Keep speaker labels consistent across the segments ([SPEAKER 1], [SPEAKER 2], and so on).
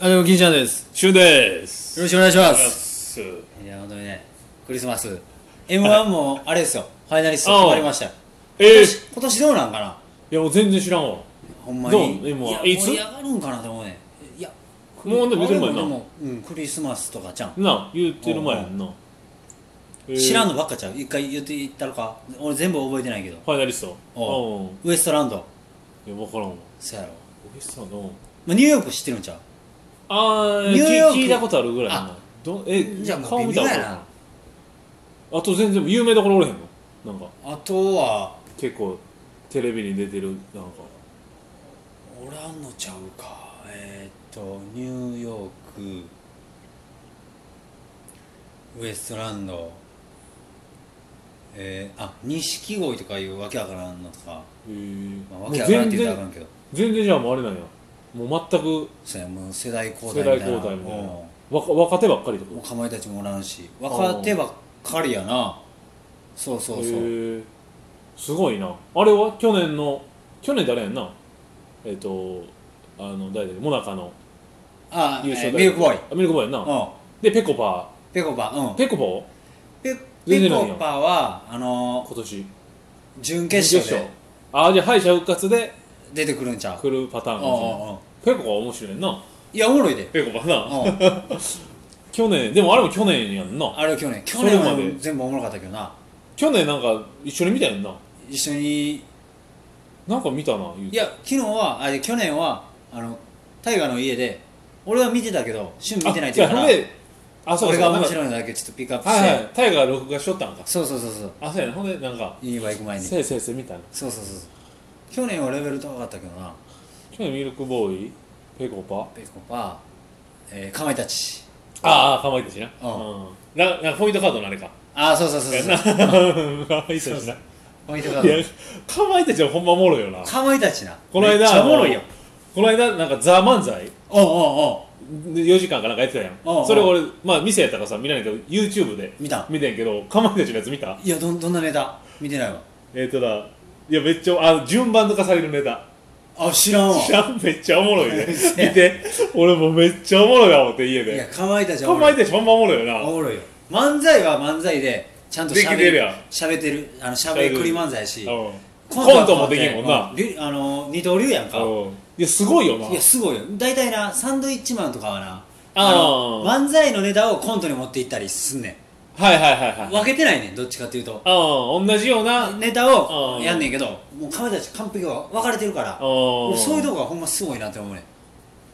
[SPEAKER 1] あでも金ちゃんです
[SPEAKER 2] シュンです。
[SPEAKER 1] よろしくお願いします
[SPEAKER 2] す。
[SPEAKER 1] いや本当にねクリスマス m 1もあれですよファイナリスト
[SPEAKER 2] ああ
[SPEAKER 1] 決まりましたよ
[SPEAKER 2] えー、い
[SPEAKER 1] 今年どうなんかな
[SPEAKER 2] やもう全然知らんわ。
[SPEAKER 1] ほんま
[SPEAKER 2] どう
[SPEAKER 1] に
[SPEAKER 2] M1
[SPEAKER 1] いや
[SPEAKER 2] いつ
[SPEAKER 1] 盛り上がるんかなと思うねいや
[SPEAKER 2] もうでも見てるもんな
[SPEAKER 1] あれもでもうんクリスマスとかじゃん
[SPEAKER 2] なあ言ってる前やんな。えー
[SPEAKER 1] 知らんのばっかちゃう一回言っていったのか俺全部覚えてないけど
[SPEAKER 2] ファイナリスト。
[SPEAKER 1] お
[SPEAKER 2] うん。
[SPEAKER 1] ウエストランド
[SPEAKER 2] いや分からんわ。
[SPEAKER 1] そうやろ
[SPEAKER 2] おげさの。
[SPEAKER 1] まあニューヨーク知ってるんちゃう
[SPEAKER 2] あー
[SPEAKER 1] ニューヨーク
[SPEAKER 2] 聞いたことあるぐらいな
[SPEAKER 1] あ。
[SPEAKER 2] どえ
[SPEAKER 1] じゃあもう
[SPEAKER 2] 顔見
[SPEAKER 1] 微
[SPEAKER 2] た
[SPEAKER 1] 妙
[SPEAKER 2] ら
[SPEAKER 1] や
[SPEAKER 2] 分か
[SPEAKER 1] な
[SPEAKER 2] るあと全然有名どころおれへんの。なんか
[SPEAKER 1] あとは
[SPEAKER 2] 結構テレビに出てるなんか。
[SPEAKER 1] 俺あんのちゃうかえー、っとニューヨークウエストランドえー、あ錦鯉とかいうわけわからんのとか、
[SPEAKER 2] えー
[SPEAKER 1] まあ、
[SPEAKER 2] も
[SPEAKER 1] わ
[SPEAKER 2] う
[SPEAKER 1] けわからんって
[SPEAKER 2] 全
[SPEAKER 1] 言ったらあか
[SPEAKER 2] 然
[SPEAKER 1] んけど
[SPEAKER 2] 全然じゃあもうあれなんや。もう全く
[SPEAKER 1] そうやもう世代交
[SPEAKER 2] 世
[SPEAKER 1] 代
[SPEAKER 2] 代
[SPEAKER 1] みたいな
[SPEAKER 2] 交代みたいな
[SPEAKER 1] うん。
[SPEAKER 2] 若若手ばっかりって
[SPEAKER 1] もう
[SPEAKER 2] こ
[SPEAKER 1] かまいたちもおらんし若手ばっかりやなそう
[SPEAKER 2] と。
[SPEAKER 1] そ
[SPEAKER 2] へ
[SPEAKER 1] うそう、
[SPEAKER 2] ーすごいな。あれは去年の去年誰やんな。えっとあの誰だっけモナカの。
[SPEAKER 1] あ、え
[SPEAKER 2] 優勝
[SPEAKER 1] ー、
[SPEAKER 2] だ
[SPEAKER 1] ミ
[SPEAKER 2] よ
[SPEAKER 1] ルクボーイ
[SPEAKER 2] あミルクボーイやん
[SPEAKER 1] う
[SPEAKER 2] な
[SPEAKER 1] ん
[SPEAKER 2] でペコパ
[SPEAKER 1] ぺこぱうん
[SPEAKER 2] ペコパ
[SPEAKER 1] ぺ
[SPEAKER 2] 全
[SPEAKER 1] ぺ
[SPEAKER 2] 然ない
[SPEAKER 1] こ
[SPEAKER 2] やん
[SPEAKER 1] ぱはあの
[SPEAKER 2] 今年
[SPEAKER 1] 準決勝で
[SPEAKER 2] ああじゃあ敗者復活で
[SPEAKER 1] 出てくるんちゃう
[SPEAKER 2] 来るパターンかもしれない
[SPEAKER 1] ああ
[SPEAKER 2] ペコパ面白いない
[SPEAKER 1] やおもろいで
[SPEAKER 2] ペコパな
[SPEAKER 1] うん
[SPEAKER 2] 去年でもあれも去年やんな
[SPEAKER 1] あれは去 年去
[SPEAKER 2] れ
[SPEAKER 1] 年
[SPEAKER 2] まで
[SPEAKER 1] は全部おもろかったけどな
[SPEAKER 2] 去年なんか一緒に見たやんな
[SPEAKER 1] 一緒にい
[SPEAKER 2] なんか見たな言うて
[SPEAKER 1] や昨日はあれ去年はあの大河の家で俺は見てたけど旬見てないっていうから
[SPEAKER 2] あじゃあほんであそうか
[SPEAKER 1] 俺
[SPEAKER 2] そ
[SPEAKER 1] が
[SPEAKER 2] うかなん
[SPEAKER 1] 面
[SPEAKER 2] か
[SPEAKER 1] 白いのだけちょっとピックアップし
[SPEAKER 2] はいはい
[SPEAKER 1] て
[SPEAKER 2] タイガー録画しとったんか
[SPEAKER 1] そうそうそうそう
[SPEAKER 2] あそうやなほんでなんか
[SPEAKER 1] ユニバ行く前にそう
[SPEAKER 2] せいせいせいみたいな
[SPEAKER 1] そうそうそう去年はレベル高かったけどな
[SPEAKER 2] 去年ミルクボーイペコパ
[SPEAKER 1] ペコパ、えー、かまいたち
[SPEAKER 2] ああかまいたちな
[SPEAKER 1] う
[SPEAKER 2] うんななんかポイントカードのあれか
[SPEAKER 1] ああそうそうそうそう
[SPEAKER 2] かまいたちな
[SPEAKER 1] ポイントカー
[SPEAKER 2] い
[SPEAKER 1] ド
[SPEAKER 2] や、かまいたちはほんまおもろいよな。
[SPEAKER 1] かまいたちな
[SPEAKER 2] この間
[SPEAKER 1] めっちゃおもろいよ
[SPEAKER 2] この間、なんか、ザ・漫才
[SPEAKER 1] おうおうおう
[SPEAKER 2] 4時間かなんかやってたやん。
[SPEAKER 1] ああ
[SPEAKER 2] それ俺、まあ、店やったからさ、見ないけど、YouTube で
[SPEAKER 1] 見た
[SPEAKER 2] 見てんけど、かまいたちのやつ見た
[SPEAKER 1] いやどんどんなネタ見てないわ
[SPEAKER 2] えっ、とだ、いや、めっちゃ、あ、順番とかされるネタ。
[SPEAKER 1] あ知らんわ
[SPEAKER 2] 知らん めっちゃおもろいね。
[SPEAKER 1] 嘘や
[SPEAKER 2] 見て、俺もめっちゃおもろいな思って、家
[SPEAKER 1] いや
[SPEAKER 2] で。
[SPEAKER 1] かまいたちは
[SPEAKER 2] か
[SPEAKER 1] おもろ
[SPEAKER 2] ま
[SPEAKER 1] い
[SPEAKER 2] いたちほんまおもろいよ
[SPEAKER 1] お
[SPEAKER 2] な。
[SPEAKER 1] もろいよ漫才は漫才でちゃんとしゃべ
[SPEAKER 2] できてるやん
[SPEAKER 1] ってるあのしゃべくり漫才やし
[SPEAKER 2] うん
[SPEAKER 1] は
[SPEAKER 2] コントもできんもんな
[SPEAKER 1] うりあの二刀流やんか
[SPEAKER 2] うんいや、すごいよな。
[SPEAKER 1] いやすごいよ大体なサンドイッチマンとかはな
[SPEAKER 2] あー
[SPEAKER 1] の漫才のネタをコントに持っていったりすんね
[SPEAKER 2] はいはいはいはい。
[SPEAKER 1] ん分けてないねんどっちかっていうと
[SPEAKER 2] うん、同じような。うん。
[SPEAKER 1] ネタを
[SPEAKER 2] あー
[SPEAKER 1] やんねんけどもうかまいたち完璧は分かれてるから俺そういうとこがほんますごいなって思うね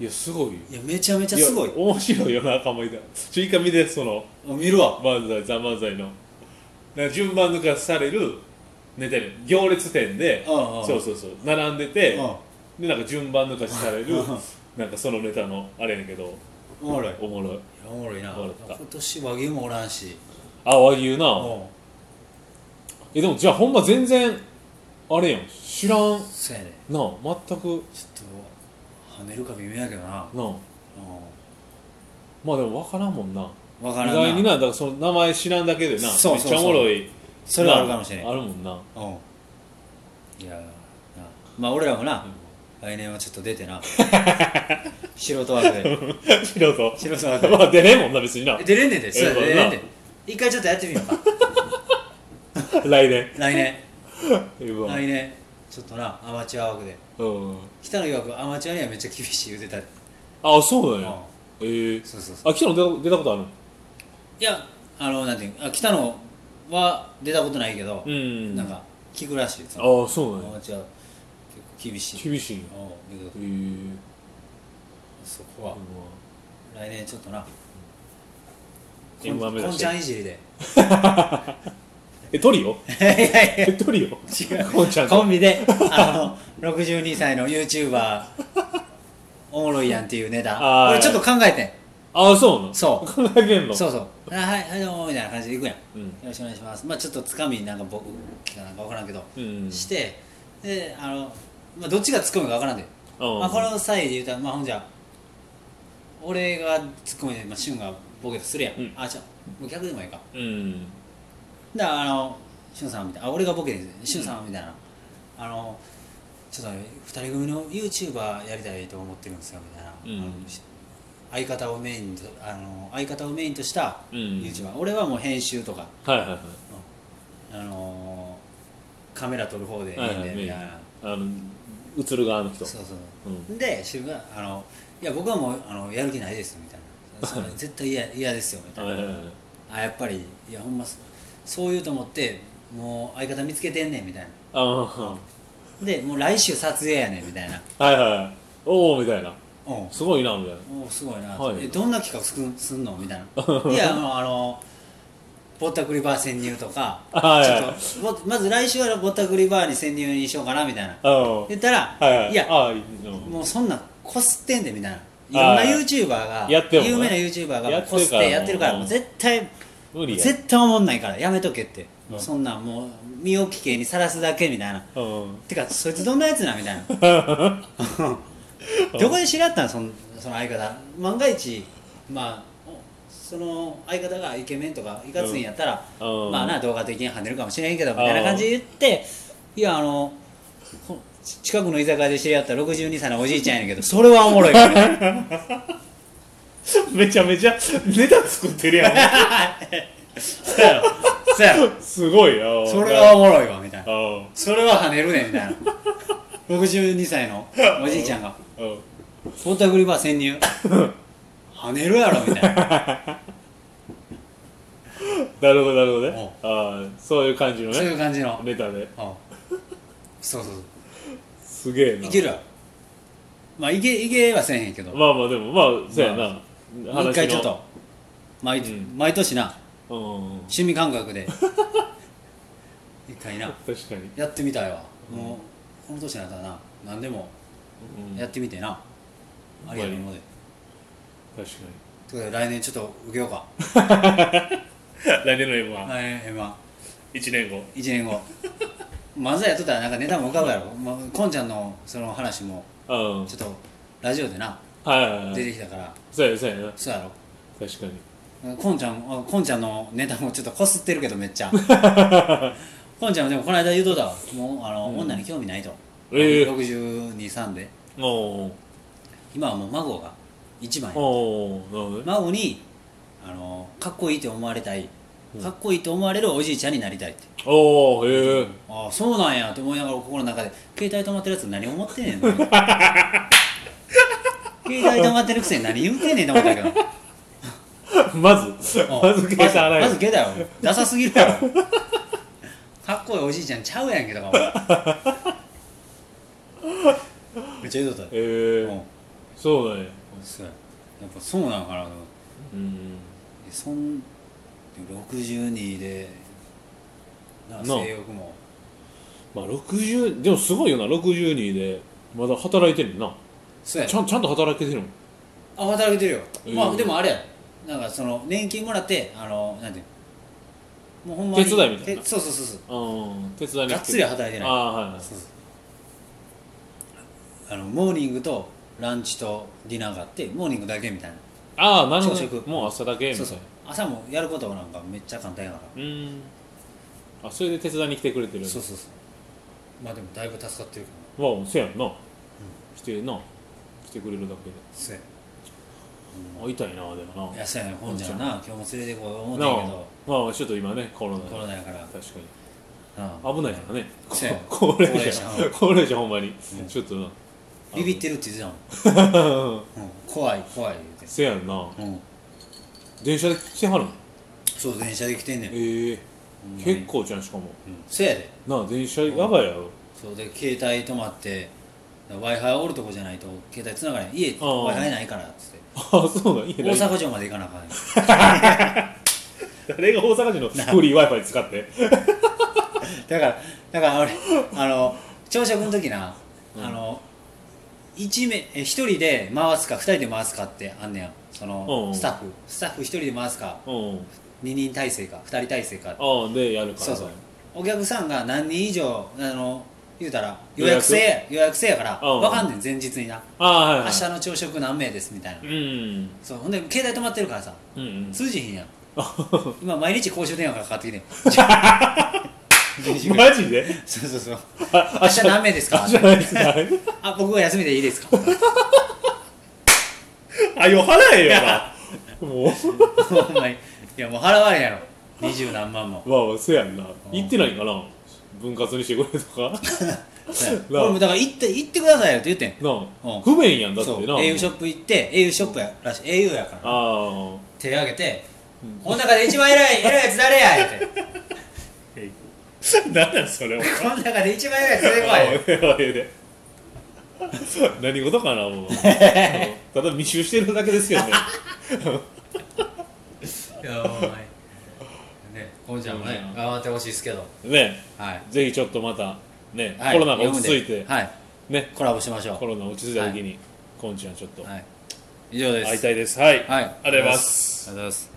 [SPEAKER 2] いや、すごいよ。
[SPEAKER 1] んいやめちゃめちゃすごい
[SPEAKER 2] や面白いよなかまいたち一回見てその
[SPEAKER 1] あ見るわ
[SPEAKER 2] 漫才ザ・漫才のなんか順番抜かされるネタやねん行列店で
[SPEAKER 1] うんうん
[SPEAKER 2] そうそうそう並んでて
[SPEAKER 1] うん
[SPEAKER 2] でなんか順番抜かしされる
[SPEAKER 1] うん
[SPEAKER 2] なんかそのネタのあれやねんけど
[SPEAKER 1] おもろいいや
[SPEAKER 2] おもろい
[SPEAKER 1] おもろいな
[SPEAKER 2] おもろかった
[SPEAKER 1] 今年和牛もおらんし
[SPEAKER 2] あ和牛な
[SPEAKER 1] も
[SPEAKER 2] えでもじゃあほんま全然あれやん知らん
[SPEAKER 1] うそうやねん
[SPEAKER 2] なあ全く
[SPEAKER 1] ちょっと跳ねるか微妙やけどな、
[SPEAKER 2] なあ
[SPEAKER 1] う
[SPEAKER 2] まあでも分からんもんな
[SPEAKER 1] 分から
[SPEAKER 2] 意
[SPEAKER 1] んな
[SPEAKER 2] 外になだからその名前知らんだけでな
[SPEAKER 1] そう
[SPEAKER 2] めっ
[SPEAKER 1] そうそう
[SPEAKER 2] ちゃおもろい
[SPEAKER 1] それはあるかもしれない
[SPEAKER 2] あるも んな
[SPEAKER 1] うんいやーなまあ俺らもな、来年はちょっと出てな 素人枠で
[SPEAKER 2] 素人
[SPEAKER 1] 素人 枠で
[SPEAKER 2] まあ出れんもんな別にな
[SPEAKER 1] 出れんねんでそうや
[SPEAKER 2] ええ
[SPEAKER 1] 出
[SPEAKER 2] わ
[SPEAKER 1] れ
[SPEAKER 2] なん
[SPEAKER 1] ねん一回ちょっとやってみよう か
[SPEAKER 2] 来年
[SPEAKER 1] 来年
[SPEAKER 2] は
[SPEAKER 1] 来年ちょっとなアマチュア枠で
[SPEAKER 2] うん
[SPEAKER 1] 北野曰くアマチュアにはめっちゃ厳しい言うてた
[SPEAKER 2] あそうなん
[SPEAKER 1] う
[SPEAKER 2] や
[SPEAKER 1] ん
[SPEAKER 2] えー、
[SPEAKER 1] そうそうそう
[SPEAKER 2] あ昨日出た出たことある
[SPEAKER 1] いやあのなんていうあ北野は出たことないけど、
[SPEAKER 2] うん
[SPEAKER 1] なんか聞くらしいです
[SPEAKER 2] あそうな
[SPEAKER 1] ア
[SPEAKER 2] んや
[SPEAKER 1] マチュア結構厳しい
[SPEAKER 2] 厳しいんや
[SPEAKER 1] おうだけど
[SPEAKER 2] えー、
[SPEAKER 1] そこは来年ちょっとなこ
[SPEAKER 2] M1
[SPEAKER 1] んこ
[SPEAKER 2] 目指
[SPEAKER 1] ん
[SPEAKER 2] し
[SPEAKER 1] ち
[SPEAKER 2] て
[SPEAKER 1] ゃんいじりで
[SPEAKER 2] えトリオ
[SPEAKER 1] いやい
[SPEAKER 2] えトリオ
[SPEAKER 1] や違
[SPEAKER 2] こんちゃ
[SPEAKER 1] うん
[SPEAKER 2] と
[SPEAKER 1] コンビであの62歳の YouTuber おもろいやんっていうネタ
[SPEAKER 2] あー
[SPEAKER 1] 俺ちょっと考えてん
[SPEAKER 2] あそうなん
[SPEAKER 1] そう
[SPEAKER 2] 考えてんの
[SPEAKER 1] そうそうあはいはいどうもみたいな感じでいくやん、
[SPEAKER 2] うん
[SPEAKER 1] よろしくお願いしますまあちょっとつかみなんか僕かなんか分からんけど、
[SPEAKER 2] うん
[SPEAKER 1] してであの、まあ、どっちがツッコミか分からんで、
[SPEAKER 2] うん
[SPEAKER 1] まあ、この際で言うたらまあほんじゃ俺がツッコミで、まあ、シュンがボケとするやん、
[SPEAKER 2] うん
[SPEAKER 1] あじゃもう逆でもいいか
[SPEAKER 2] うん
[SPEAKER 1] だからあのしゅんさんみたいなあ俺がボケですねしゅんさんみたいな、あのちょっと二人組の YouTuber やりたいと思ってるんですよみたいな、
[SPEAKER 2] うん
[SPEAKER 1] あのし相方をメインとあの相方をメインとした
[SPEAKER 2] うん
[SPEAKER 1] YouTuber、俺はもう編集とか、
[SPEAKER 2] はいはいはい
[SPEAKER 1] あのーカメラ撮る方でいいん
[SPEAKER 2] はいは
[SPEAKER 1] だ
[SPEAKER 2] い
[SPEAKER 1] よ
[SPEAKER 2] メ
[SPEAKER 1] み
[SPEAKER 2] イン
[SPEAKER 1] たいな
[SPEAKER 2] あの映る側の人
[SPEAKER 1] そうそう
[SPEAKER 2] う
[SPEAKER 1] で主婦があの「いや僕はもうあのやる気ないです」みたいな「 それ絶対嫌嫌ですよ」みたい
[SPEAKER 2] はいはい
[SPEAKER 1] な
[SPEAKER 2] はい
[SPEAKER 1] 「あやっぱりいやほんまそそう言うと思ってもう相方見つけてんねん」みたいな
[SPEAKER 2] あー
[SPEAKER 1] でもう来週撮影やねんみたいな
[SPEAKER 2] はいはいおおみたいな
[SPEAKER 1] うんお
[SPEAKER 2] すごいなみたいな
[SPEAKER 1] うすごいな、
[SPEAKER 2] はい
[SPEAKER 1] えどんな企画すんすんのみたい ないやあのあのぼったくりバー潜入とか
[SPEAKER 2] はいはい
[SPEAKER 1] ちょっとぼまず来週はぼったくりバーに潜入にしようかなみたいな
[SPEAKER 2] あー
[SPEAKER 1] 言ったら、
[SPEAKER 2] はいはい
[SPEAKER 1] や
[SPEAKER 2] あーうん
[SPEAKER 1] もうそんなんこすってんでみたいないろんな YouTuber が
[SPEAKER 2] やってもね
[SPEAKER 1] 有名な YouTuber
[SPEAKER 2] や
[SPEAKER 1] が
[SPEAKER 2] ってるか
[SPEAKER 1] こ
[SPEAKER 2] ら
[SPEAKER 1] すってやってるから
[SPEAKER 2] うん
[SPEAKER 1] もう絶対
[SPEAKER 2] 無理や
[SPEAKER 1] 絶対思んないからやめとけって、
[SPEAKER 2] うん
[SPEAKER 1] そんなんもう身を危険にさらすだけみたいな
[SPEAKER 2] うん
[SPEAKER 1] てかそいつどんなやつなみたい などこで知り合ったのそのその相方万が一まあおその相方がイケメンとかいかついんやったら、
[SPEAKER 2] うん
[SPEAKER 1] まあな動画的に跳ねるかもしれへんけどみたいな感じで言っていやあのほ近くの居酒屋で知り合った62歳のおじいちゃんやねんけどそれはおもろいからね
[SPEAKER 2] めちゃめちゃネタ作ってるやん
[SPEAKER 1] そうやろそうやろ
[SPEAKER 2] すごいよ
[SPEAKER 1] それはおもろいわみたいな
[SPEAKER 2] あ
[SPEAKER 1] それは跳ねるねみたいな62歳のおじいちゃんが
[SPEAKER 2] あうん
[SPEAKER 1] ポータグリバー 潜入跳ねるやろみたいな
[SPEAKER 2] なるほどなるほどねああそういう感じの
[SPEAKER 1] そうい
[SPEAKER 2] ね
[SPEAKER 1] う感じの
[SPEAKER 2] ネタで
[SPEAKER 1] うんそうそう
[SPEAKER 2] すげ
[SPEAKER 1] そ
[SPEAKER 2] え
[SPEAKER 1] う
[SPEAKER 2] ない
[SPEAKER 1] けるわまあいけいけはせえへんけども
[SPEAKER 2] まあまあでもまあそうやな
[SPEAKER 1] う一回ちょっと毎,、
[SPEAKER 2] うん
[SPEAKER 1] 毎年な
[SPEAKER 2] うん
[SPEAKER 1] 趣味感覚で 一回な
[SPEAKER 2] 確かに
[SPEAKER 1] やってみたいわもうこの年になったらな何でも
[SPEAKER 2] うん
[SPEAKER 1] やってみてな、ありやと思うで
[SPEAKER 2] 確
[SPEAKER 1] ということで来年ちょっと受けようか
[SPEAKER 2] かに 来年の M は
[SPEAKER 1] 来年 m 1
[SPEAKER 2] 1年後
[SPEAKER 1] 一年後 漫才やっとったらなんかネタも浮かぶやろ、まあ、こんちゃんのその話も
[SPEAKER 2] うん
[SPEAKER 1] ちょっとラジオでな
[SPEAKER 2] はいはいは
[SPEAKER 1] 出
[SPEAKER 2] い
[SPEAKER 1] てきたから
[SPEAKER 2] そうやそうやな
[SPEAKER 1] そうやろ
[SPEAKER 2] 確かに
[SPEAKER 1] こんちゃんあこんちゃんのネタもちょっとこすってるけどめっ ちゃこんちゃんもでもこの間言うとったわもうあの、
[SPEAKER 2] うん
[SPEAKER 1] 女に興味ないと、
[SPEAKER 2] ええ
[SPEAKER 1] 623で
[SPEAKER 2] おー
[SPEAKER 1] 今はもう孫が一番や
[SPEAKER 2] おーなるほどね
[SPEAKER 1] 孫にあのかっこいいと思われたい
[SPEAKER 2] うん
[SPEAKER 1] かっこいいと思われるおじいちゃんになりたいって
[SPEAKER 2] おー へえ
[SPEAKER 1] ああそうなんやって思いながら心の中で携帯止まってるやつ何思ってんねんと思って 携帯止まってるくせに何言うてんねんと思ったけど
[SPEAKER 2] まず まず携帯洗え
[SPEAKER 1] ま
[SPEAKER 2] る
[SPEAKER 1] ずまず携帯やろダサすぎるやろかっこいいおじいちゃんちゃうやんけとか 思うめっちゃ言うとったよ
[SPEAKER 2] へ
[SPEAKER 1] うん
[SPEAKER 2] えそうだね
[SPEAKER 1] そうややっぱそうなのかなと思って
[SPEAKER 2] うん
[SPEAKER 1] えそん62でな
[SPEAKER 2] な
[SPEAKER 1] 性欲も
[SPEAKER 2] まあ60でもすごいよな62でまだ働いてるもん
[SPEAKER 1] そうや
[SPEAKER 2] なちゃんちゃんと働けてるもん
[SPEAKER 1] あ働けてるよ、
[SPEAKER 2] うん
[SPEAKER 1] まあでもあれやなんかその年金もらってあのなんていうのもうほんま
[SPEAKER 2] 手伝いみたいな
[SPEAKER 1] てそうそうそうそう
[SPEAKER 2] うん手伝いに
[SPEAKER 1] が
[SPEAKER 2] 来てる
[SPEAKER 1] っつりは働いてない
[SPEAKER 2] ああはいはい
[SPEAKER 1] そうそうあのモーニングとランチとディナーがあってモーニングだけみたいな
[SPEAKER 2] ああなるほど
[SPEAKER 1] 朝食
[SPEAKER 2] もう朝だけみた
[SPEAKER 1] そ
[SPEAKER 2] いう
[SPEAKER 1] そう
[SPEAKER 2] な
[SPEAKER 1] 朝もやることなんかめっちゃ簡単やから、
[SPEAKER 2] うーんあそれで手伝いに来てくれてる
[SPEAKER 1] そうそうそうまあでもだいぶ助かってるけどな
[SPEAKER 2] まあせやんな、来てな来てくれるだけで
[SPEAKER 1] そうや
[SPEAKER 2] 会いたいなでも
[SPEAKER 1] い
[SPEAKER 2] な
[SPEAKER 1] やそうやね本じゃんな今日も連れてこう思う
[SPEAKER 2] な
[SPEAKER 1] てん
[SPEAKER 2] あ
[SPEAKER 1] けど
[SPEAKER 2] まあちょっと今ねコロナで
[SPEAKER 1] コロナやから
[SPEAKER 2] 確かに
[SPEAKER 1] うん
[SPEAKER 2] 危ないからねこ
[SPEAKER 1] せや
[SPEAKER 2] 高齢
[SPEAKER 1] 高
[SPEAKER 2] 者
[SPEAKER 1] 齢者
[SPEAKER 2] 高齢者ほんまに、
[SPEAKER 1] ん
[SPEAKER 2] ちょっとな
[SPEAKER 1] ビビってるって言って
[SPEAKER 2] うん
[SPEAKER 1] たもん、うん、怖い怖い言
[SPEAKER 2] せやんな
[SPEAKER 1] うてうん
[SPEAKER 2] 電車で来てはるの
[SPEAKER 1] そう電車で来てんねん
[SPEAKER 2] ええ
[SPEAKER 1] ほんまに
[SPEAKER 2] 結構じゃんしかも
[SPEAKER 1] うんせやで
[SPEAKER 2] なあ電車やばいやろ
[SPEAKER 1] そうで携帯止まって w i f i おるとこじゃないと携帯つながれん家 w
[SPEAKER 2] あ
[SPEAKER 1] i
[SPEAKER 2] あ
[SPEAKER 1] f i ないからっつって
[SPEAKER 2] ああそうなんいい
[SPEAKER 1] 大
[SPEAKER 2] ね
[SPEAKER 1] 阪城まで行かなあかんねん
[SPEAKER 2] 誰が大阪人のフリー Wi-Fi 使って
[SPEAKER 1] だからだから俺あの朝食の時な、あの一名え一人で回すか二人で回すかってあんねやそ
[SPEAKER 2] うんう
[SPEAKER 1] の
[SPEAKER 2] ん
[SPEAKER 1] スタッフスタッフ一人で回すか
[SPEAKER 2] うん
[SPEAKER 1] 二人体制か二人体制か
[SPEAKER 2] ああでやるから
[SPEAKER 1] そうそうお客さんが何人以上あの言うたら予
[SPEAKER 2] 予
[SPEAKER 1] 約
[SPEAKER 2] 約
[SPEAKER 1] 制予約制やから
[SPEAKER 2] うん
[SPEAKER 1] 分かんねん前日にな
[SPEAKER 2] ああはい、は
[SPEAKER 1] 明
[SPEAKER 2] い、
[SPEAKER 1] 日の朝食何名ですみたいな
[SPEAKER 2] うん
[SPEAKER 1] そうほんで携帯止まってるからさ
[SPEAKER 2] う んうん
[SPEAKER 1] 通じひんやん今毎日公衆電話からかかってきてん
[SPEAKER 2] マジ で
[SPEAKER 1] そうそうそう明日何名ですか
[SPEAKER 2] じゃないですか。
[SPEAKER 1] あ僕は休みでいいですか
[SPEAKER 2] あよ払えよなもう
[SPEAKER 1] ほんまにいやもう払われんやろ二十何万も
[SPEAKER 2] まあまあせやんな行ってないんかな分割にしてくれと か
[SPEAKER 1] そうや
[SPEAKER 2] なあ
[SPEAKER 1] 俺もだから行って行ってくださいよって言ってん
[SPEAKER 2] な
[SPEAKER 1] う
[SPEAKER 2] あ
[SPEAKER 1] ん
[SPEAKER 2] 不便やんだっ
[SPEAKER 1] そう
[SPEAKER 2] てな
[SPEAKER 1] au ショップ行って au ショップやらしい au やから
[SPEAKER 2] ああ
[SPEAKER 1] 手挙げて「この中で一番偉い偉いやつ誰や?」って
[SPEAKER 2] 何だそれ
[SPEAKER 1] 「
[SPEAKER 2] お
[SPEAKER 1] この中で一番偉いやつ出てこい」
[SPEAKER 2] で何事かなも うただ密集してるだけですけど ね
[SPEAKER 1] いやお前ねこんちゃんもね
[SPEAKER 2] うん
[SPEAKER 1] 頑張ってほしいですけど
[SPEAKER 2] ね
[SPEAKER 1] はい
[SPEAKER 2] ぜひちょっとまたね、
[SPEAKER 1] はい
[SPEAKER 2] コロナが落ち着い
[SPEAKER 1] 読
[SPEAKER 2] て、
[SPEAKER 1] んではい
[SPEAKER 2] ね
[SPEAKER 1] コラボしましょ
[SPEAKER 2] コロナ落ち着いた時に、こんちゃんちょっと
[SPEAKER 1] うはい以上です
[SPEAKER 2] 会いたいですはい、
[SPEAKER 1] はい
[SPEAKER 2] ありがとうございま
[SPEAKER 1] ありが
[SPEAKER 2] す
[SPEAKER 1] とうございます